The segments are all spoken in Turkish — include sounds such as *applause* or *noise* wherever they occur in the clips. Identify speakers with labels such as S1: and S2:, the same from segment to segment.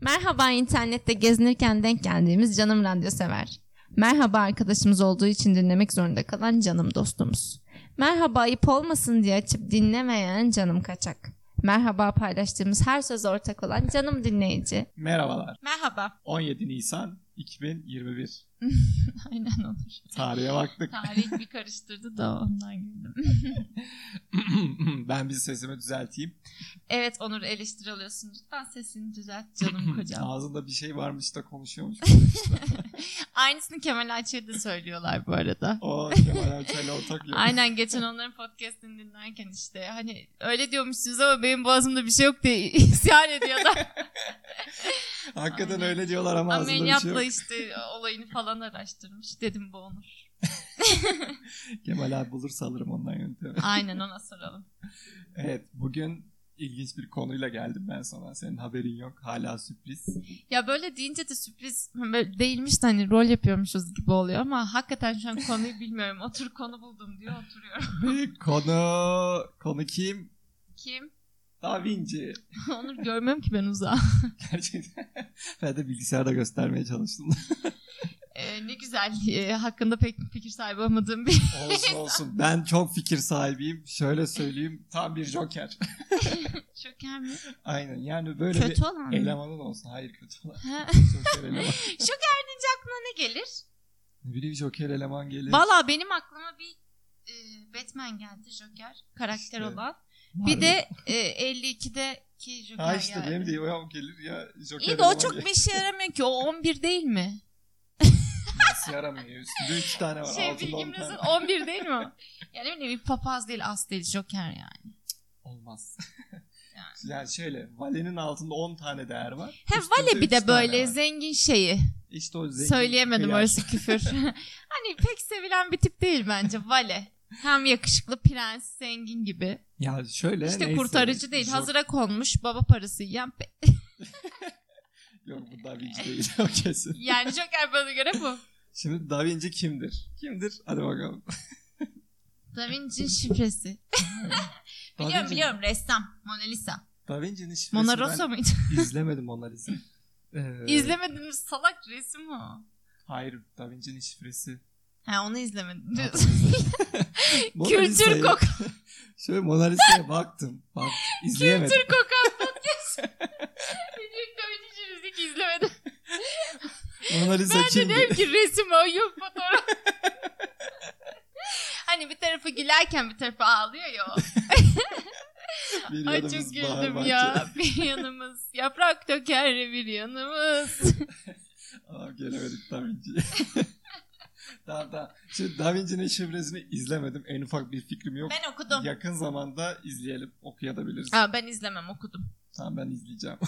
S1: Merhaba internette gezinirken denk geldiğimiz canım radyo sever. Merhaba arkadaşımız olduğu için dinlemek zorunda kalan canım dostumuz. Merhaba ayıp olmasın diye açıp dinlemeyen canım kaçak. Merhaba paylaştığımız her söz ortak olan canım dinleyici.
S2: Merhabalar.
S1: Merhaba. *laughs*
S2: 17 Nisan 2021.
S1: Aynen olur.
S2: Tarihe baktık. *clears throat*
S1: Tarih bir karıştırdı da ondan güldüm.
S2: ben bir sesimi düzelteyim. *clears throat*
S1: Evet Onur eleştiri alıyorsun. Lütfen sesini düzelt canım
S2: *laughs*
S1: kocam.
S2: Ağzında bir şey varmış da konuşuyormuş.
S1: Aynısını Kemal Ayça'ya da söylüyorlar bu arada.
S2: o Kemal Erçel'le ortak yok.
S1: Aynen geçen onların podcastini dinlerken işte hani öyle diyormuşsunuz ama benim boğazımda bir şey yok diye *laughs* isyan ediyorlar.
S2: Hakikaten
S1: Aynen.
S2: öyle diyorlar ama ağzında bir şey
S1: Ameliyatla
S2: yok.
S1: işte olayını falan araştırmış. Dedim bu Onur.
S2: Kemal abi bulursa alırım ondan yöntemi.
S1: Aynen *laughs* ona soralım.
S2: evet bugün ilginç bir konuyla geldim ben sana. Senin haberin yok. Hala sürpriz.
S1: Ya böyle deyince de sürpriz böyle değilmiş de hani rol yapıyormuşuz gibi oluyor ama hakikaten şu an konuyu bilmiyorum. *laughs* Otur konu buldum diye oturuyorum.
S2: Ve konu... Konu kim?
S1: Kim?
S2: Da Vinci.
S1: Onur görmüyorum ki ben uzağa.
S2: Gerçekten. *laughs* ben de bilgisayarda göstermeye çalıştım.
S1: Ee, ne güzel. Ee, hakkında pek fikir sahibi olmadığım bir...
S2: Olsun olsun. Ben çok fikir sahibiyim. Şöyle söyleyeyim. Tam bir joker. *laughs*
S1: Şoker mi?
S2: Aynen. Yani böyle
S1: Kötü olan
S2: bir
S1: mı?
S2: elemanın olsun. Hayır kötü olan.
S1: Ha,
S2: *laughs* joker eleman.
S1: ne gelir?
S2: Ne bileyim joker eleman gelir.
S1: Valla benim aklıma bir e, Batman geldi Joker karakter
S2: İşte.
S1: olan.
S2: Marvel.
S1: Bir de e, 52'deki Joker
S2: Ha işte
S1: geldi.
S2: benim de ya o gelir ya joker
S1: İyi de
S2: eleman
S1: o çok
S2: gelir.
S1: bir işe yaramıyor ki. O 11 değil mi?
S2: *laughs* Nasıl yaramıyor? Üstünde 3 tane var.
S1: Şey
S2: altında on
S1: bilgimizin
S2: tane.
S1: 11 değil mi? o? Yani ne bileyim bir papaz değil as değil Joker yani.
S2: Olmaz. *laughs* yani. şöyle valenin altında 10 tane değer var.
S1: He
S2: Üstünde
S1: vale bir
S2: üç
S1: de
S2: tane
S1: böyle
S2: var.
S1: zengin şeyi.
S2: İşte o zengin
S1: Söyleyemedim
S2: kıyar.
S1: orası küfür. *laughs* hani pek sevilen bir tip değil bence vale. Hem yakışıklı prens zengin gibi.
S2: Ya şöyle
S1: İşte
S2: neyse.
S1: kurtarıcı değil.
S2: Jo-
S1: Hazıra konmuş baba parası yiyen pe-
S2: Yok bu Da Vinci değil *laughs* o kesin.
S1: Yani Joker bana göre bu.
S2: Şimdi Da Vinci kimdir? Kimdir? Hadi bakalım.
S1: Da Vinci'nin şifresi.
S2: Da
S1: Biliyorum
S2: Vinci-
S1: biliyorum ressam. Mona Lisa.
S2: Da Vinci'nin şifresi
S1: Mona Rosa mıydı?
S2: *laughs* ben izlemedim Mona Lisa.
S1: *laughs*
S2: Ee,
S1: İzlemedin mi? salak resim o.
S2: Hayır Da Vinci'nin şifresi.
S1: Ha onu izlemedim.
S2: Mona
S1: Kültür
S2: Lisa'yı- *laughs*
S1: kokan,
S2: Şöyle Mona Lisa'ya baktım. Bak, izleyemedim.
S1: kültür kokan podcast. *laughs* Birlikte üçüncü müzik izlemedim.
S2: Mona Lisa
S1: Ben de
S2: kimdir? *laughs*
S1: diyorum ki resim o yok fotoğraf. *laughs* hani bir tarafı gülerken bir tarafı ağlıyor ya o.
S2: Bir
S1: Ay
S2: yanımız
S1: çok
S2: bahar
S1: güldüm
S2: bahçe. *laughs*
S1: ya. Bir yanımız yaprak döker bir yanımız.
S2: Tamam gelemedik Da Vinci'ye. *laughs* tamam tamam. Şimdi Da Vinci'nin şifresini izlemedim. En ufak bir fikrim yok.
S1: Ben okudum.
S2: Yakın zamanda izleyelim, okuyabiliriz.
S1: Aa, ben izlemem okudum.
S2: Tamam ben izleyeceğim.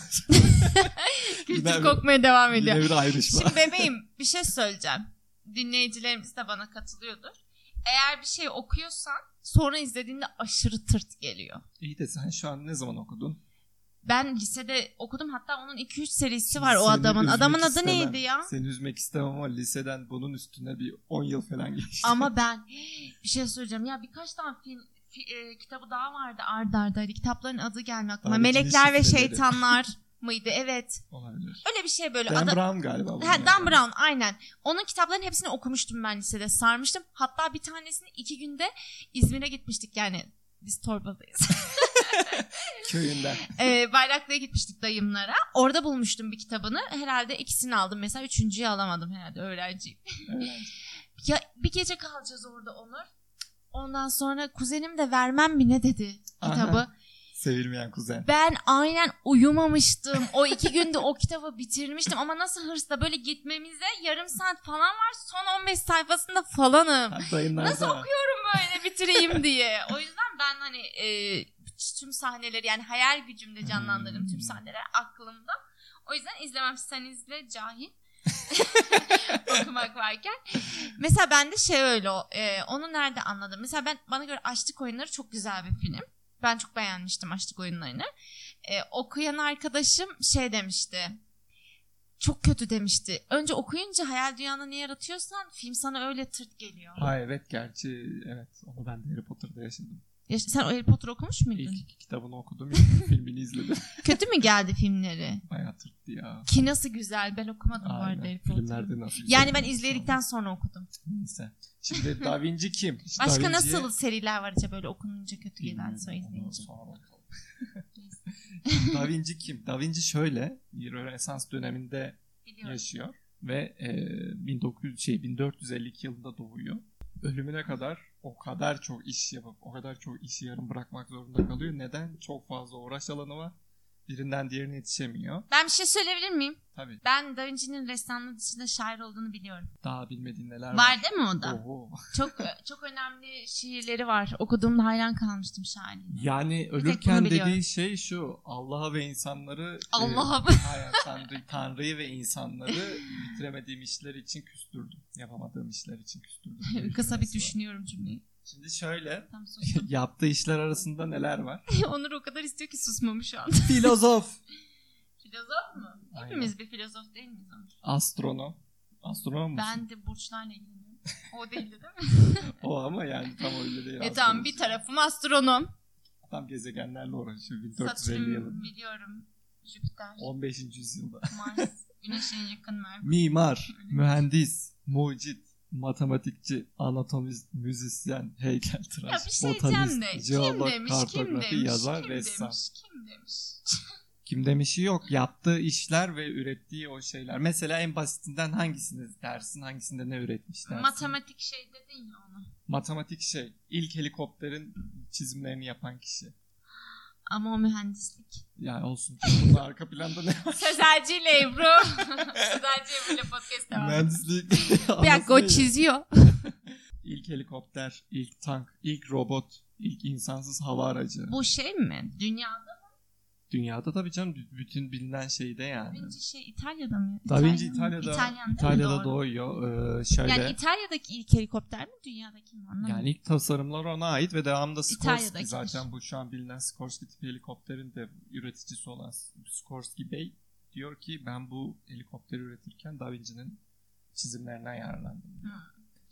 S1: Kültür
S2: Yine-
S1: kokmaya devam
S2: Yine
S1: ediyor.
S2: bir ayrışma.
S1: Şimdi bebeğim bir şey söyleyeceğim. Dinleyicilerimiz de bana katılıyordur. Eğer bir şey okuyorsan sonra izlediğinde aşırı tırt geliyor.
S2: İyi de sen şu an ne zaman okudun?
S1: Ben lisede okudum hatta onun 2-3 serisi var o
S2: Seni
S1: adamın.
S2: üzmek
S1: Adamın adı
S2: istemem.
S1: neydi ya?
S2: Seni üzmek istemem ama liseden bunun üstüne bir 10 yıl falan geçti.
S1: Ama ben *gasps* bir şey söyleyeceğim. Ya birkaç tane film fi- e, kitabı daha vardı arda arda. Hani kitapların adı gelmiyor aklıma.
S2: Abi,
S1: Melekler ve
S2: Cinsi Filmleri.
S1: Şeytanlar mıydı? Evet.
S2: Olabilir.
S1: Öyle bir şey böyle.
S2: Dan
S1: Ada-
S2: Brown galiba. bunun
S1: Ha,
S2: adı.
S1: Dan Brown aynen. Onun kitaplarının hepsini okumuştum ben lisede. Sarmıştım. Hatta bir tanesini iki günde İzmir'e gitmiştik yani. Biz Torbalı'dayız. *laughs*
S2: Köyünden.
S1: ee, Bayraklı'ya gitmiştik dayımlara. Orada bulmuştum bir kitabını. Herhalde ikisini aldım. Mesela üçüncüyü alamadım herhalde öğrenciyim.
S2: Evet.
S1: *laughs* Ya bir gece kalacağız orada Onur. Ondan sonra kuzenim de vermem mi ne dedi
S2: Aha.
S1: kitabı.
S2: Sevilmeyen kuzen.
S1: *laughs* Ben aynen uyumamıştım. O iki günde o kitabı bitirmiştim ama nasıl hırsla böyle gitmemize yarım saat falan var. Son 15 sayfasında falanım.
S2: Ha, Dayınlar
S1: Nasıl
S2: da-
S1: Böyle bitireyim diye. O yüzden ben hani e, tüm sahneleri yani hayal gücümde canlandırdım tüm
S2: Hmm.
S1: sahneler aklımda. O yüzden izlemem sen izle cahil. *laughs* okumak varken. Mesela bende şey öyle o, e, onu nerede anladım? Mesela ben bana göre Açlık Oyunları çok güzel bir film. Ben çok beğenmiştim Açlık Oyunları'nı. E, okuyan arkadaşım şey demişti. Çok kötü demişti. Önce okuyunca hayal dünyanı ne yaratıyorsan film sana öyle tırt geliyor.
S2: Ha evet gerçi evet onu ben de Harry Potter'da yaşadım.
S1: Ya sen o Harry Potter okumuş muydun?
S2: İlk iki kitabını okudum. ilk
S1: *laughs*
S2: filmini izledim.
S1: Kötü mü geldi filmleri?
S2: Bayağı tırttı ya.
S1: Ki nasıl güzel. Ben okumadım bu arada
S2: Aynen.
S1: Harry Potter'ı.
S2: Filmlerde nasıl
S1: Yani
S2: güzel
S1: ben
S2: olmuş.
S1: izledikten sonra okudum.
S2: Neyse. Şimdi Da Vinci kim? Hiç Da
S1: Başka
S2: Vinci'ye-
S1: nasıl seriler var acaba böyle okununca kötü gelen
S2: Bilmiyorum,
S1: sonra
S2: onu
S1: izleyince?
S2: sonra bakalım. *laughs* da Vinci kim? Da Vinci şöyle bir Rönesans döneminde
S1: Biliyorum.
S2: yaşıyor ve e, 1900 şey 1452 yılında doğuyor. Ölümüne kadar o kadar çok iş yapıp o kadar çok işi yarım bırakmak zorunda kalıyor. Neden? Çok fazla uğraş alanı var. Birinden diğerine yetişemiyor.
S1: Ben bir şey söyleyebilir miyim?
S2: Tabii
S1: Ben Da Vinci'nin ressamlığı dışında şair olduğunu biliyorum.
S2: daha bilmediğin neler var. Oh.
S1: Var değil mi o da?
S2: Oho.
S1: Çok e, çok önemli şiirleri var. Okuduğumda hayran kalmıştım şairine.
S2: Yani
S1: tek bunu
S2: ölürken
S1: biliyorum.
S2: dediği şey şu Allah'a ve insanları e,
S1: Allah'a
S2: hayır, Tanrı, Tanrı'yı ve insanları bitiremediğim işler için küstürdüm. Yapamadığım işler için küstürdüm.
S1: *laughs*
S2: diye
S1: Kısa bir
S2: cümlesi şey var.
S1: düşünüyorum cümleyi.
S2: Şimdi şöyle
S1: Tam
S2: *laughs*
S1: sustum.
S2: yaptığı işler arasında
S1: *laughs*
S2: neler var?
S1: Onur o kadar istiyor ki susmamış şu an.
S2: Filozof.
S1: Filozof mu?
S2: Aynen.
S1: Hepimiz bir filozof değil miyiz Onur?
S2: Astronom. Astronom musun?
S1: Ben de burçlarla ilgileniyorum. O değildi değil
S2: *laughs*
S1: mi?
S2: O ama yani tam öyle değil.
S1: e tamam
S2: astronom.
S1: bir tarafım astronom.
S2: Tam gezegenlerle uğraşıyor 1450
S1: Satürn
S2: yılında.
S1: biliyorum. Jüpiter,
S2: 15. yüzyılda.
S1: Mars, *laughs* Güneş'in yakın Merkür.
S2: Mimar, mühendis, mucit, matematikçi, anatomist, müzisyen,
S1: Ya
S2: heykeltıraş,
S1: bir şey diyeceğim de.
S2: botanist,
S1: Kim
S2: jeolog,
S1: demiş, kim
S2: kartografi,
S1: demiş,
S2: yazar,
S1: kim
S2: ressam.
S1: demiş, kim demiş.
S2: Kim demişi yok. Yaptığı işler ve ürettiği o şeyler. Mesela en basitinden hangisini dersin, hangisinde ne üretmiş dersin?
S1: Matematik şey dedin ya onu.
S2: Matematik şey. İlk helikopterin çizimlerini yapan kişi.
S1: Ama o mühendislik. *laughs*
S2: Yani olsun. Bunun arka planda ne var?
S1: Sözelci ile Ebru. *laughs* Sözelci Ebru ile podcast devam. ediyor.
S2: Mühendislik. *laughs*
S1: Bir dakika o
S2: anasını ya.
S1: çiziyor.
S2: İlk helikopter, ilk tank, ilk robot, ilk insansız hava aracı.
S1: Bu şey mi? Dünyada
S2: Dünyada tabii canım b- bütün bilinen şeyde yani.
S1: Da Vinci şey İtalya'da mı?
S2: Da Vinci
S1: İtalyan mı?
S2: İtalya'da
S1: İtalyan değil mi?
S2: İtalya'da
S1: Doğru.
S2: doğuyor. Ee, şöyle
S1: Yani
S2: yani,
S1: İtalya'daki ilk helikopter mi? Dünyadaki mi? Anlamadım.
S2: ilk tasarımlar ona ait ve devamında Sikorsky
S1: İtalya'dakidir.
S2: zaten bu şu an bilinen Sikorsky tipi helikopterin de üreticisi olan Sikorsky Bey diyor ki ben bu helikopteri üretirken Da Vinci'nin çizimlerinden yararlandım.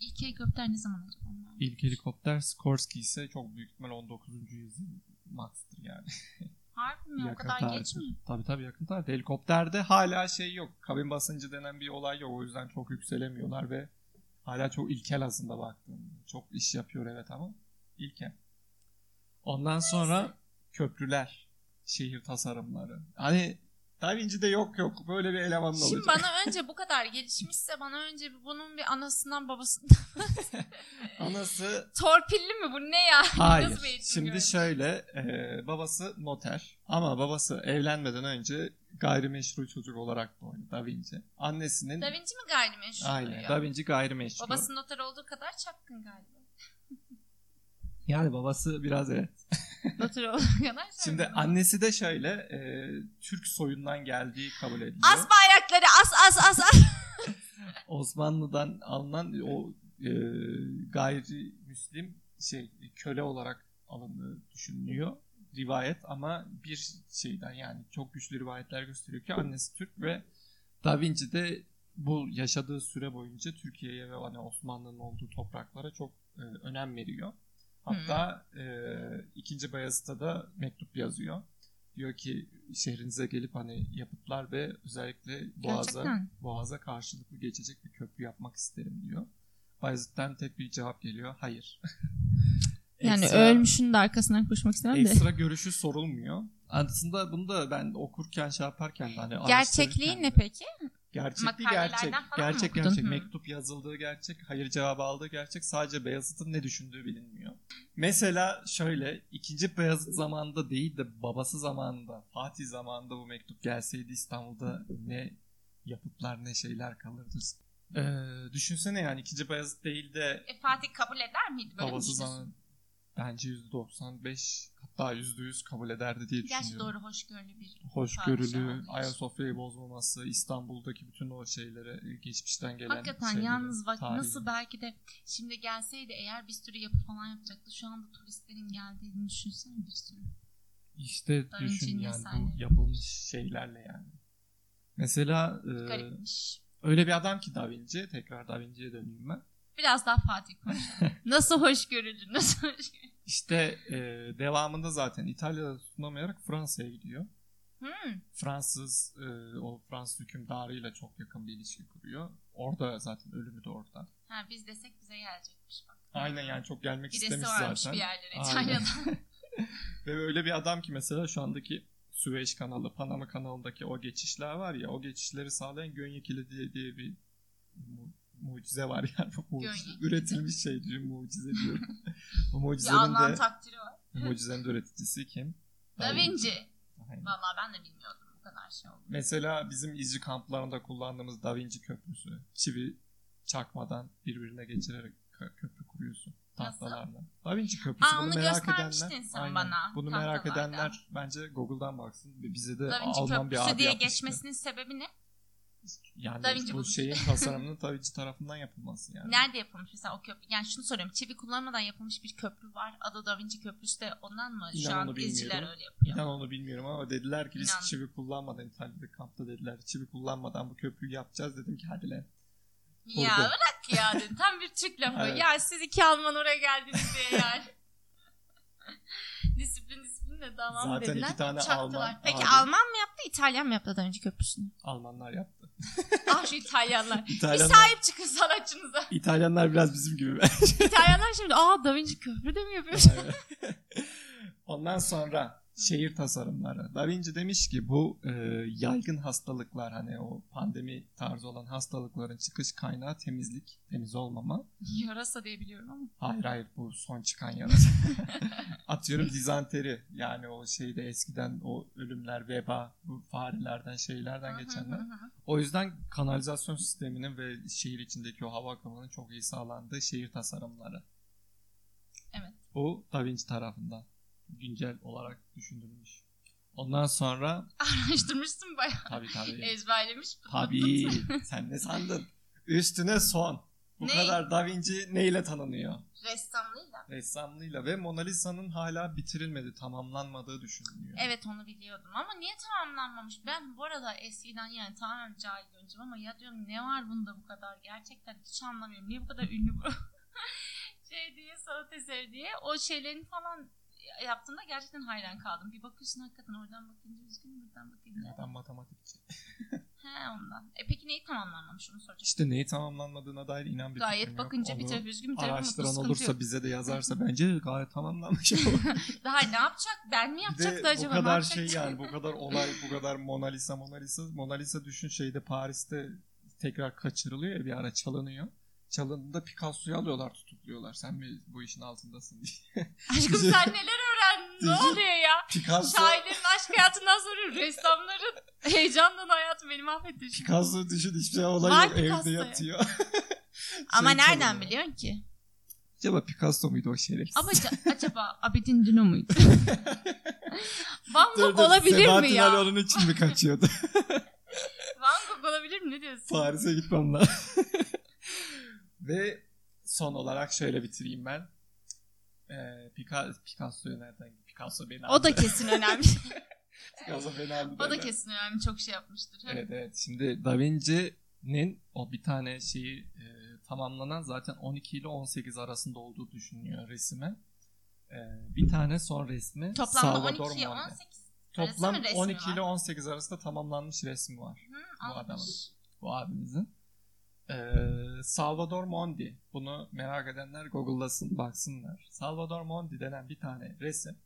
S1: İlk helikopter ne zaman acaba?
S2: İlk helikopter Sikorsky ise çok büyük ihtimal 19. yüzyıl max'tır yani.
S1: Harbi mi? O
S2: Yakın
S1: kadar
S2: tarih.
S1: geç mi?
S2: Tabii tabii yakın tarihte. Helikopterde hala şey yok. Kabin basıncı denen bir olay yok. O yüzden çok yükselemiyorlar ve hala çok ilkel aslında baktığında. Çok iş yapıyor evet ama ilkel. Ondan sonra köprüler, şehir tasarımları. Hani Da Vinci'de yok yok böyle bir elemanla
S1: Şimdi
S2: olacak.
S1: bana önce bu kadar gelişmişse bana önce bir bunun bir anasından babasından *laughs*
S2: Anası
S1: torpilli mi bu ne ya?
S2: hayır.
S1: Nasıl bir eğitim
S2: Şimdi
S1: görmüş?
S2: şöyle e, babası noter ama babası evlenmeden önce gayrimeşru çocuk olarak doğuyor Da Vinci. Annesinin
S1: Da Vinci mi gayrimeşru?
S2: Aynen.
S1: ya?
S2: Da Vinci gayrimeşru.
S1: Babası noter olduğu kadar çapkın galiba. *laughs*
S2: Yani babası biraz evet.
S1: noter olduğu kadar çapkın.
S2: Şimdi annesi de şöyle e, Türk soyundan geldiği kabul ediliyor.
S1: As bayrakları as as as as.
S2: Osmanlı'dan alınan o e, gayrimüslim şey köle olarak alındığı düşünülüyor rivayet ama bir şeyden yani çok güçlü rivayetler gösteriyor ki annesi Türk ve Da Vinci de bu yaşadığı süre boyunca Türkiye'ye ve hani Osmanlı'nın olduğu topraklara çok e, önem veriyor. Hatta e, ikinci Bayezid'e de mektup yazıyor. Diyor ki şehrinize gelip hani yapıtlar ve özellikle Boğaz'a
S1: Gerçekten.
S2: Boğaz'a karşılıklı geçecek bir köprü yapmak isterim diyor. Bayezid'den tek bir cevap geliyor. Hayır.
S1: Yani
S2: Ekstra-
S1: ölmüşün de arkasından koşmak istemem de.
S2: Ekstra görüşü sorulmuyor. Aslında bunu da ben okurken şey yaparken de hani
S1: Gerçekliği
S2: araştırırken
S1: ne
S2: de-
S1: peki?
S2: Gerçekliği
S1: Makalelerden
S2: gerçek.
S1: falan mı
S2: Gerçek
S1: okudun?
S2: gerçek.
S1: Hı.
S2: Mektup yazıldığı gerçek. Hayır cevabı aldığı gerçek. Sadece Beyazıt'ın ne düşündüğü bilinmiyor. Mesela şöyle ikinci Beyazıt zamanında değil de babası zamanında Fatih zamanında bu mektup gelseydi İstanbul'da ne yapıtlar ne şeyler kalırdı. Ee, düşünsene yani ikinci Beyazıt değil de
S1: E, Fatih kabul eder miydi böyle
S2: babası
S1: bir şey?
S2: zaman bence %95 hatta %100 kabul ederdi diye düşünüyorum
S1: Gerçi doğru hoşgörülü bir.
S2: hoşgörülü,
S1: Padişahlık.
S2: Ayasofya'yı bozmaması, İstanbul'daki bütün o şeylere e, geçmişten gelen
S1: Hakikaten
S2: şeyleri,
S1: yalnız bak
S2: tarihi.
S1: nasıl belki de şimdi gelseydi eğer bir sürü yapı falan yapacaktı. Şu anda turistlerin geldiğini düşünsene bir sürü.
S2: işte
S1: Da
S2: düşün
S1: Vinci'nin
S2: yani
S1: eserleri.
S2: bu yapılmış şeylerle yani. Mesela e,
S1: Garipmiş.
S2: öyle bir adam ki Da Vinci, tekrar Da Vinci'ye döneyim ben. *laughs*
S1: Biraz daha Fatih konuşalım. nasıl hoşgörülü, nasıl hoşgörülü.
S2: İşte e, devamında zaten İtalya'da tutunamayarak Fransa'ya gidiyor.
S1: Hmm.
S2: Fransız e, o Fransız hükümdarıyla çok yakın bir ilişki kuruyor. Orada zaten ölümü de orada.
S1: Ha biz desek bize gelecekmiş bak.
S2: Aynen yani çok gelmek
S1: Gidesi
S2: istemiş
S1: varmış
S2: zaten.
S1: bir yerlere
S2: Aynen.
S1: İtalya'da.
S2: Ve öyle bir adam ki mesela şu andaki Süveyş kanalı, Panama kanalındaki o geçişler var ya o geçişleri sağlayan Gönye Kilidi diye bir mu- mucize var yani. Bu mucize,
S1: Gönye Kilidi.
S2: üretilmiş şey diyorum mucize diyorum.
S1: *laughs*
S2: bu
S1: bir
S2: mucizenin
S1: Alman
S2: de,
S1: takdiri var.
S2: bu mucizenin de üreticisi kim?
S1: Da Vinci.
S2: Aynen.
S1: Vallahi ben de bilmiyordum bu kadar şey oldu.
S2: Mesela bizim izci kamplarında kullandığımız Da Vinci köprüsü. Çivi çakmadan birbirine geçirerek kö- köprü kuruyorsun tahtalarla. Da Vinci köprüsü.
S1: Aa,
S2: bunu
S1: onu
S2: merak
S1: göstermiştin
S2: edenler,
S1: sen bana
S2: Bunu merak
S1: tahtalarda.
S2: edenler bence Google'dan baksın. Bize de
S1: Da Vinci
S2: Ee, Alman bir
S1: Köprüsü
S2: abi
S1: diye
S2: yapmıştı.
S1: geçmesinin sebebi ne?
S2: Yani
S1: Da Vinci
S2: bu
S1: bulmuş.
S2: şeyin tasarımının Da Vinci tarafından yapılması yani.
S1: Nerede yapılmış mesela o köprü? Yani şunu soruyorum. Çivi kullanmadan yapılmış bir köprü var. Adı Da Vinci Köprüsü de ondan mı?
S2: İnan
S1: Şu an
S2: onu bilmiyorum.
S1: izciler öyle
S2: *laughs*
S1: yapıyor.
S2: İnan onu bilmiyorum ama dediler ki biz
S1: İnan.
S2: çivi kullanmadan İtalya'da kampta dediler çivi kullanmadan bu köprüyü yapacağız dedim ki hadi lan.
S1: Ya
S2: Kurdu.
S1: bırak ya dedim. Tam bir Türk lafı.
S2: Evet.
S1: Ya siz iki Alman oraya geldiniz diye yani. *laughs* disiplin disiplin de tamam
S2: Zaten
S1: dediler.
S2: iki tane
S1: çaktılar.
S2: Alman
S1: Peki
S2: abi.
S1: Alman mı yaptı İtalyan mı yaptı daha önce köprüsünü?
S2: *laughs* Almanlar yaptı.
S1: ah şu İtalyanlar. Bir
S2: İtalyanlar,
S1: sahip çıkın
S2: *laughs*
S1: sanatçınıza.
S2: İtalyanlar biraz bizim gibi.
S1: İtalyanlar şimdi aa Da Vinci köprü de mi yapıyor?
S2: Evet. *laughs* Ondan sonra şehir tasarımları. Da Vinci demiş ki bu e, yaygın hastalıklar hani o pandemi tarzı olan hastalıkların çıkış kaynağı temizlik, temiz olmama.
S1: Yarasa diye biliyorum ama.
S2: Hayır hayır bu son çıkan yarası. *laughs* Atıyorum dizanteri yani o şeyde eskiden o ölümler, veba, bu farelerden şeylerden geçenler. O yüzden kanalizasyon sisteminin ve şehir içindeki o hava akımının çok iyi sağlandığı şehir tasarımları.
S1: Evet.
S2: Bu Da Vinci tarafından güncel olarak düşündürülmüş. Ondan sonra
S1: *laughs* Araştırmışsın bayağı.
S2: tabii
S1: *laughs*
S2: tabii.
S1: Ezberlemiş.
S2: tabii sen ne sandın? Üstüne son. Bu
S1: Ne?
S2: kadar Da Vinci neyle tanınıyor?
S1: Ressamlığıyla.
S2: Ressamlığıyla ve Mona Lisa'nın hala bitirilmedi, tamamlanmadığı düşünülüyor.
S1: Evet onu biliyordum ama niye tamamlanmamış? Ben bu arada eskiden yani tamamen cahil öncüm ama ya diyorum ne var bunda bu kadar? Gerçekten hiç anlamıyorum. Niye bu kadar ünlü bu? *laughs* şey diye sanat eseri diye. O şeylerin falan yaptığında gerçekten hayran kaldım. Bir bakıyorsun hakikaten oradan bakınca üzgün buradan bakınca.
S2: Adam matematikçi.
S1: He ondan. E peki neyi tamamlanmamış onu soracağım.
S2: İşte neyi tamamlanmadığına dair inan bir fikrim
S1: Gayet
S2: yok.
S1: bakınca bir
S2: Onu
S1: tarafı üzgün bir tarafı mutlu
S2: araştıran
S1: sıkıntı
S2: olursa
S1: yok. *laughs*
S2: bize de yazarsa bence gayet tamamlanmış.
S1: Daha ne yapacak? Ben mi
S2: bir de
S1: yapacaktı acaba?
S2: bu
S1: Ne
S2: kadar
S1: yapacak? *laughs*
S2: şey yani bu kadar olay bu kadar Mona Lisa Mona Lisa Mona Lisa düşün şeyde Paris'te tekrar kaçırılıyor ya bir ara çalınıyor. Çalındığında Picasso'yu alıyorlar tutukluyorlar. Sen mi bu işin altındasın diye. *laughs*
S1: Aşkım
S2: Bizi-
S1: sen neler öğrendin? Ne
S2: Bizi-
S1: oluyor ya?
S2: Picasso
S1: Şairlerin aşk hayatından sonra ressamların *laughs* heyecandan hayatı beni mahvetti. şimdi.
S2: Picasso düşün hiçbir şey olay
S1: Var
S2: yok evde
S1: Picasso ya.
S2: yatıyor. *laughs*
S1: Ama
S2: Şey
S1: nereden
S2: çalınıyor.
S1: biliyorsun ki?
S2: Acaba Picasso muydu o şerefsiz?
S1: Ama ca- acaba Abidin Dino
S2: *laughs*
S1: muydu? Van
S2: Dur,
S1: Gogh
S2: dur.
S1: olabilir mi
S2: Sebahattin Ali
S1: ya?
S2: onun için mi kaçıyordu?
S1: Van Gogh olabilir mi? Ne diyorsun?
S2: Paris'e gitmem lazım. *laughs* Ve son olarak şöyle bitireyim ben. Ee, Picasso, Picasso'ya nereden? Picasso beni
S1: O
S2: aldı.
S1: da kesin önemli.
S2: Picasso beni aldı.
S1: *laughs* o da
S2: derler.
S1: kesin önemli. Çok şey yapmıştır.
S2: Evet evet. Şimdi Da Vinci'nin o bir tane şeyi e, tamamlanan zaten 12 ile 18 arasında olduğu düşünülüyor resime. E, bir tane son resmi
S1: Toplamda
S2: Salvador
S1: 12, 18
S2: Mundi.
S1: arası
S2: Toplam
S1: mı resmi
S2: 12
S1: var?
S2: ile 18 arasında tamamlanmış resmi var.
S1: Hı,
S2: Bu adamın.
S1: almış.
S2: bu abimizin. Ee, Salvador Mondi. Bunu merak edenler Google'lasın baksınlar. Salvador Mondi denen bir tane resim.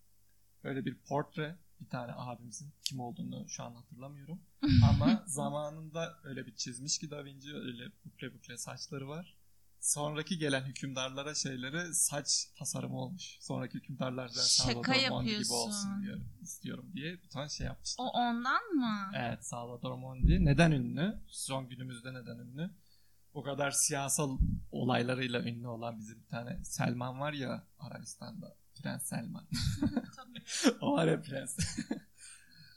S2: Böyle bir portre bir tane abimizin kim olduğunu şu
S1: *laughs*
S2: an hatırlamıyorum. Ama zamanında öyle bir çizmiş ki Da Vinci öyle bukle bukle saçları var. Sonraki gelen hükümdarlara şeyleri saç tasarımı olmuş. Sonraki hükümdarlar da
S1: Şaka
S2: Salvador Mondi gibi
S1: yapıyorsun.
S2: olsun diyor, istiyorum diye bir tane şey yapmışlar.
S1: O ondan mı?
S2: Evet Salvador Mundi. Neden ünlü? Son günümüzde neden ünlü? O kadar siyasal olaylarıyla ünlü olan bizim bir tane Selman var ya Arabistan'da. Prens Selman.
S1: *laughs* Tabii.
S2: o var ya prens.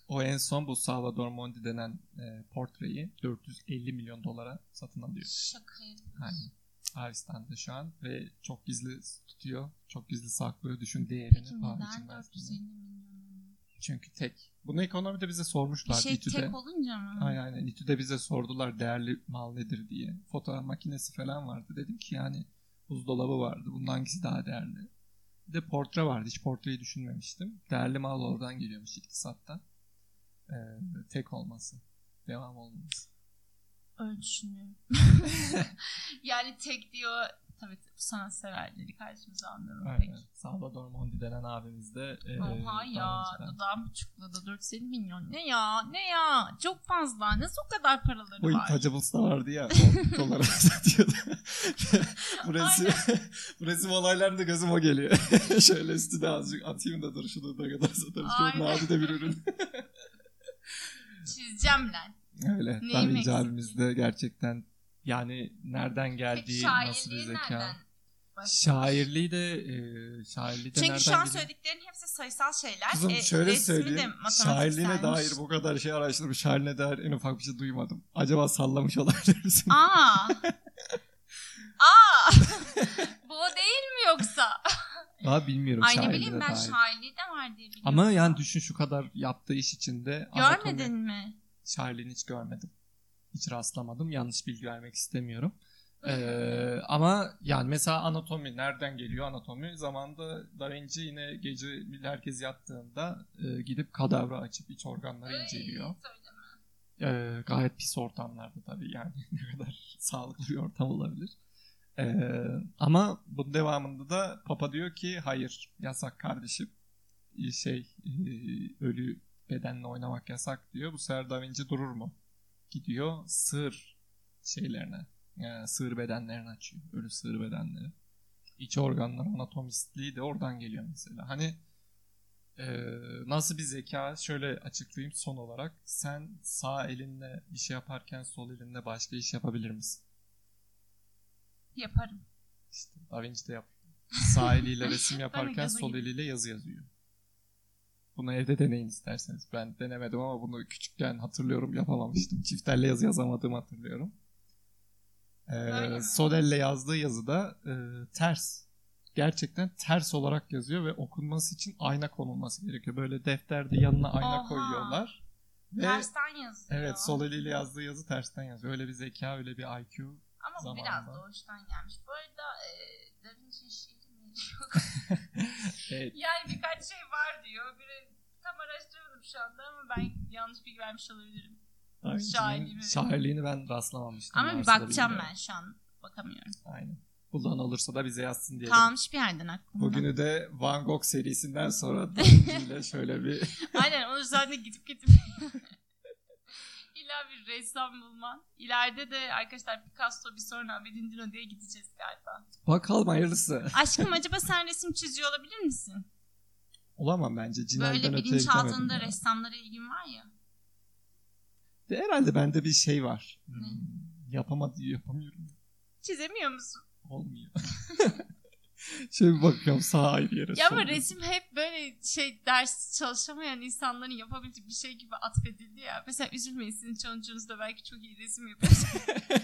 S2: o en son bu Salvador Mundi denen e, portreyi 450 milyon dolara satın alıyor.
S1: Şaka yapıyorsun.
S2: Yani Arabistan'da şu an ve çok gizli tutuyor. Çok gizli saklıyor. Düşün değerini.
S1: Peki
S2: paha
S1: neden
S2: biçilmez
S1: 450
S2: diye.
S1: milyon?
S2: Çünkü tek. Bunu ekonomide bize
S1: Bir
S2: sormuşlar.
S1: şey
S2: İTÜ'de.
S1: tek olunca mı?
S2: Aynen aynen. İTÜ'de bize sordular değerli mal nedir diye. Fotoğraf makinesi falan vardı. Dedim ki yani buzdolabı vardı. Bunun hangisi daha değerli? de portre vardı. Hiç portreyi düşünmemiştim. Değerli mal oradan geliyormuş iktisattan. Ee, tek olması. Devam olmaması.
S1: Öyle düşünüyorum.
S2: *laughs*
S1: yani tek diyor tabii sanatseverleri karşımıza almıyorum pek.
S2: Aynen. Salvador Mundi denen abimiz de e,
S1: Oha
S2: e,
S1: ya
S2: daha önceden-
S1: dudağım çukladı 450 milyon. Ne ya ne ya çok fazla nasıl o kadar paraları
S2: Bu
S1: var?
S2: Tacables'ta vardı ya. on *laughs* dolara satıyordu. bu, resim, *laughs* bu resim olaylarında gözüm o geliyor. *laughs* Şöyle üstüne azıcık atayım da dur şunu da kadar satarım. Çok
S1: Aynen.
S2: nadide
S1: *laughs*
S2: bir ürün.
S1: Çizeceğim lan.
S2: Öyle.
S1: Neyim
S2: Daha önce
S1: eksik?
S2: abimiz de gerçekten yani nereden
S1: Peki
S2: geldiği, nasıl bir
S1: şairliği
S2: zeka.
S1: nereden? başlamış?
S2: Şairliği de e, şairliği de nereden
S1: Çünkü şu an
S2: geliyor?
S1: söylediklerin hepsi sayısal şeyler.
S2: Kızım
S1: E,
S2: şöyle
S1: resmi de
S2: söyleyeyim.
S1: matematikselmiş.
S2: Şairliğine dair bu kadar şey araştırmış. Şairliğine dair en ufak bir şey duymadım. Acaba sallamış olabilir misin? *laughs*
S1: Aa. Aa. *laughs* Bu o değil mi yoksa?
S2: Daha bilmiyorum
S1: Ay ne
S2: şairliğine
S1: bileyim ben
S2: dair.
S1: şairliği de var diye biliyorum.
S2: Ama yani düşün şu kadar yaptığı iş içinde anatomi-
S1: Görmedin mi?
S2: şairliğini hiç görmedim. Hiç rastlamadım. Yanlış bilgi vermek istemiyorum. Ee, ama yani mesela anatomi nereden geliyor anatomi? Zamanında Da Vinci yine gece herkes yattığında e, gidip kadavra açıp iç organları inceliyor.
S1: Ay, söyleme.
S2: Ee, gayet pis ortamlarda tabii yani *laughs* ne kadar sağlıklı bir ortam olabilir. Ee, ama bunun devamında da Papa diyor ki hayır yasak kardeşim Ee, şey e, ölü bedenle oynamak yasak diyor. Bu sefer Da Vinci durur mu? Gidiyor sığır şeylerine yani sığır bedenlerini açıyor. Ölü sığır bedenleri. İç organlar anatomistliği de oradan geliyor mesela. Hani ee, nasıl bir zeka? Şöyle açıklayayım son olarak. Sen sağ elinle bir şey yaparken sol elinle başka iş yapabilir misin?
S1: Yaparım.
S2: İşte Da Vinci de yapıyor. Sağ eliyle resim yaparken
S1: gaza
S2: sol
S1: geliyor.
S2: eliyle yazı yazıyor. Bunu evde deneyin isterseniz. Ben denemedim ama bunu küçükken hatırlıyorum yapamamıştım. Çiftlerle yazı yazamadığımı hatırlıyorum. Ee,
S1: Öyle mi?
S2: sol elle yazdığı yazıda e, ters. Gerçekten ters olarak yazıyor ve okunması için ayna konulması gerekiyor. Böyle defterde yanına ayna
S1: Oha.
S2: koyuyorlar. Ve
S1: Tersten yazıyor.
S2: evet sol eliyle yazdığı yazı tersten yazıyor. Öyle bir zeka, öyle bir IQ.
S1: Ama bu biraz
S2: zamanında.
S1: doğuştan gelmiş. Bu arada e, Da Vinci şiiri mi? *laughs* Yok.
S2: Evet,
S1: yani birkaç şey var diyor. Biri tam araştırıyordum şu anda ama ben yanlış bilgi vermiş olabilirim.
S2: Da Vinci'nin
S1: Şairliğini-
S2: şairliğini ben rastlamamıştım.
S1: ama bir
S2: varsa da
S1: bakacağım
S2: bilmiyorum.
S1: ben şu an. Bakamıyorum.
S2: Aynen. Bulan olursa da bize yazsın diyelim.
S1: Kalmış bir yerden aklımda.
S2: Bugünü de Van Gogh serisinden sonra Da Vinci'yle şöyle bir
S1: *laughs* Aynen onun üzerine gidip
S2: *laughs*
S1: gidip. İlla bir ressam bulman. İleride de arkadaşlar Picasso bir sonra Abedin Dino diye gideceğiz galiba.
S2: bakalım hayırlısı.
S1: Aşkım acaba sen resim çiziyor olabilir misin?
S2: Olamam bence. Cinayden
S1: Böyle
S2: öteye gidemedim
S1: bilinçaltında
S2: ya.
S1: ressamlara ilgin var ya.
S2: De herhalde bende bir şey var.
S1: Ne?
S2: Hmm, yapamadı, yapamıyorum.
S1: Çizemiyor musun?
S2: Olmuyor. *laughs* şöyle bir bakıyorum sağ ayrı yere.
S1: Ya
S2: sol
S1: ama
S2: ayrı.
S1: resim hep böyle şey ders çalışamayan insanların yapabildiği bir şey gibi atfedildi ya. Mesela üzülmeyin sizin çocuğunuz da belki çok iyi resim yapıyor.
S2: *laughs*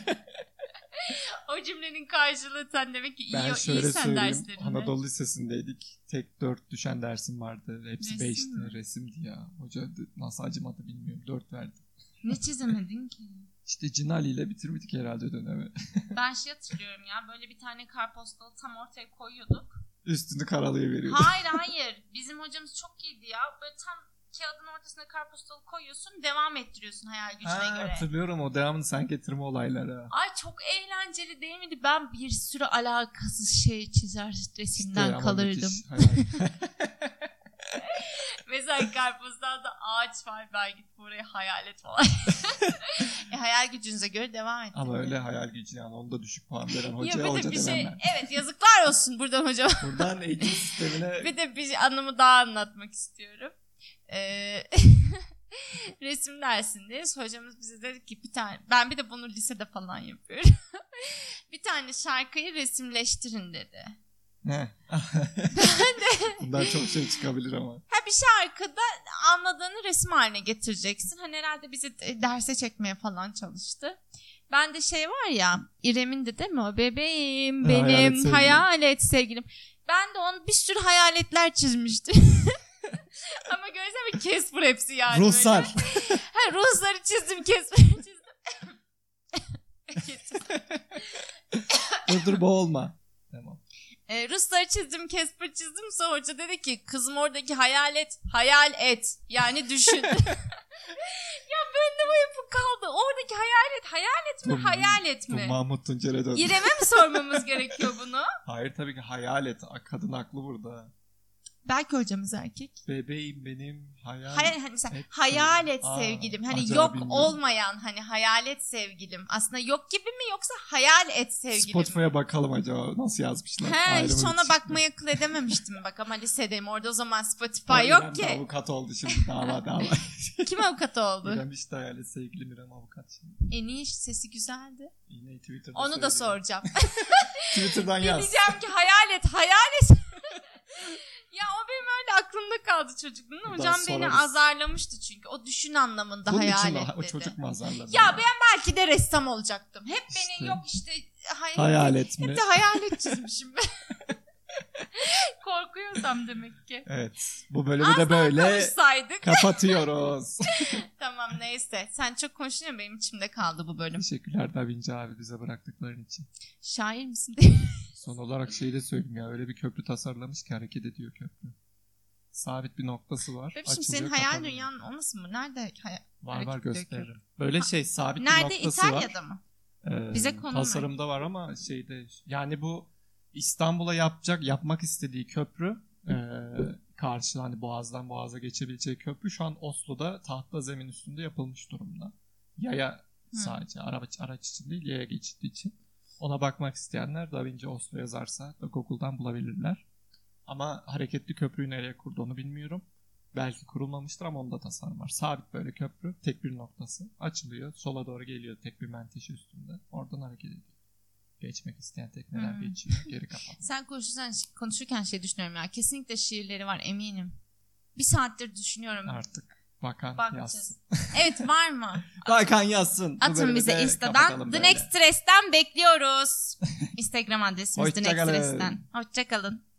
S1: o cümlenin karşılığı sen demek ki iyi,
S2: Ben şöyle
S1: iyi sen
S2: söyleyeyim.
S1: derslerinde.
S2: Anadolu Lisesi'ndeydik. Tek dört düşen dersim vardı. Hepsi
S1: Resim
S2: beşti.
S1: mi?
S2: Resimdi ya. Hoca d- nasıl acımadı bilmiyorum. Dört verdi.
S1: Ne çizemedin ki?
S2: İşte Cinali ile bitirmedik herhalde dönemi. *laughs*
S1: Ben şey hatırlıyorum ya böyle bir tane karpostalı tam ortaya koyuyorduk.
S2: Üstünü karalıya veriyordu.
S1: Hayır hayır bizim hocamız çok iyiydi ya. Böyle tam kağıdın ortasına karpostalı koyuyorsun devam ettiriyorsun hayal gücüne
S2: Ha,
S1: göre.
S2: hatırlıyorum o devamını sen getirme olayları.
S1: Ay çok eğlenceli değil miydi? Ben bir sürü alakasız şey çizer resimden
S2: İşte ama
S1: kalırdım. *laughs*
S2: müthiş hayal.
S1: Mesela
S2: *laughs*
S1: karpuzdan da ağaç var ben git burayı hayal et
S2: *laughs*
S1: falan. e, hayal gücünüze göre devam et.
S2: Ama öyle hayal gücü yani onda düşük puan veren
S1: Ya bir
S2: hocaya
S1: de
S2: hoca
S1: bir
S2: demem
S1: şey,
S2: ben.
S1: evet yazıklar olsun buradan hocam.
S2: *laughs* Buradan eğitim
S1: *laughs*
S2: sistemine
S1: bir de bir anımı daha anlatmak istiyorum. Ee, *laughs* resim dersindeyiz. Hocamız bize dedi ki bir tane ben bir de bunu lisede falan yapıyorum. *laughs* bir tane şarkıyı resimleştirin dedi.
S2: Heh. *laughs* Bundan çok şey çıkabilir ama.
S1: Ha bir şarkıda anladığını resim haline getireceksin. Hani herhalde bizi e, derse çekmeye falan çalıştı. Ben de şey var ya İrem'in de değil mi o bebeğim
S2: Ha,
S1: benim
S2: hayalet
S1: hayalet,
S2: sevgilim.
S1: sevgilim. Ben de onun bir sürü hayaletler çizmiştim. *laughs* Ama görsene kes bu hepsi yani. böyle.
S2: Ruhsar.
S1: Ha Rusları çizdim kesmeyi çizdim. *laughs* Kestim.
S2: dur dur boğulma. Tamam.
S1: Ee, Rusları çizdim, Casper çizdim. Sonra hoca dedi ki kızım oradaki hayal et, hayal et. Yani
S2: *laughs*
S1: düşün. ya bende bu yapı kaldı. Oradaki hayal et, hayal etme,
S2: Bu-
S1: hayal
S2: Bu
S1: etme.
S2: Mahmut Tuncer'e döndü.
S1: İrem'e mi sormamız gerekiyor bunu?
S2: Hayır tabii ki hayal et. Kadın haklı burada.
S1: Belki hocamız erkek.
S2: Bebeğim benim hayal.
S1: Hayal, hani sen
S2: et-
S1: hayal et
S2: Aa,
S1: sevgilim. Hani
S2: acaba
S1: yok
S2: bilmiyorum.
S1: olmayan hani hayal et sevgilim. Aslında yok gibi mi yoksa hayal et sevgilim.
S2: Spotify'a bakalım acaba nasıl yazmışlar.
S1: He, hiç
S2: Ayrımın
S1: ona
S2: içinde.
S1: bakmayı akıl edememiştim bak ama lisedeyim orada o zaman Spotify
S2: Ay, İrem
S1: yok
S2: de
S1: ki.
S2: Avukat
S1: *laughs*
S2: oldu şimdi dava dava.
S1: Kim avukat oldu?
S2: İrem işte hayal et sevgilim İrem avukat. Şimdi
S1: en iyi E, sesi güzeldi.
S2: Yine Twitter'da
S1: Onu da
S2: söylüyor. *laughs*
S1: soracağım.
S2: Twitter'dan
S1: Bir
S2: yaz.
S1: diyeceğim ki hayal et hayal et. *laughs* ya o benim öyle aklımda kaldı çocukluğumda.
S2: Ben
S1: Hocam beni
S2: sorarız.
S1: azarlamıştı çünkü. O düşün anlamında
S2: Bunun
S1: hayal
S2: için
S1: et
S2: o
S1: dedi.
S2: çocuk mazarladı.
S1: Ya ben belki de ressam olacaktım. Hep
S2: İşte.
S1: beni yok işte hayal,
S2: Hayal etme.
S1: Hep de hayalet çizmişim ben. *laughs* Korkuyorsam demek ki.
S2: Evet. Bu bölümü
S1: Az
S2: de böyle
S1: Konuşsaydık.
S2: kapatıyoruz. *laughs*
S1: Tamam neyse. Sen çok konuştun ya benim içimde kaldı bu bölüm.
S2: Teşekkürler Da Vinci abi bize bıraktıkların için.
S1: Şair misin? *laughs*
S2: Son olarak şeyi de söyleyeyim ya. Öyle bir köprü tasarlamış ki hareket ediyor köprü. Sabit bir noktası var.
S1: Bebişim
S2: açılıyor,
S1: senin hayal
S2: kapanıyor.
S1: dünyanın o nasıl mı? Nerede? hayal-
S2: Var var
S1: hareket ediyor
S2: gösteririm. Böyle şey sabit
S1: Nerede?
S2: bir noktası var.
S1: İtalya'da mı?
S2: Ee,
S1: Bize konu ver.
S2: tasarımda var ama şeyde yani bu İstanbul'a yapacak yapmak istediği köprü e, karşı hani Boğaz'dan Boğaz'a geçebileceği köprü şu an Oslo'da tahta zemin üstünde yapılmış durumda. Yaya
S1: Hı.
S2: sadece araç araç için değil yaya geçittiği için. Ona bakmak isteyenler Da Vinci Oslo yazarsa da Google'dan bulabilirler. Ama hareketli köprüyü nereye kurdu onu bilmiyorum. Belki kurulmamıştır ama onda tasarım var. Sabit böyle köprü, tek bir noktası. Açılıyor, sola doğru geliyor tek bir menteşe üstünde. Oradan hareket ediyor. Geçmek isteyen tekneler
S1: Hmm.
S2: geçiyor, geri kapat.
S1: Sen konuşurken, konuşurken şey düşünüyorum ya. Kesinlikle şiirleri var eminim. Bir saattir düşünüyorum.
S2: Artık bakan
S1: Bakacağız.
S2: yazsın.
S1: *laughs* Evet var mı?
S2: Bakan yazsın. *laughs* Bu
S1: Atın
S2: bölümü
S1: bize
S2: de
S1: Insta'dan.
S2: kapatalım
S1: The
S2: böyle. *laughs*
S1: Next Stress'ten bekliyoruz. Instagram adresimiz The Next
S2: Hoşçakalın.
S1: Stress'ten. Hoşçakalın.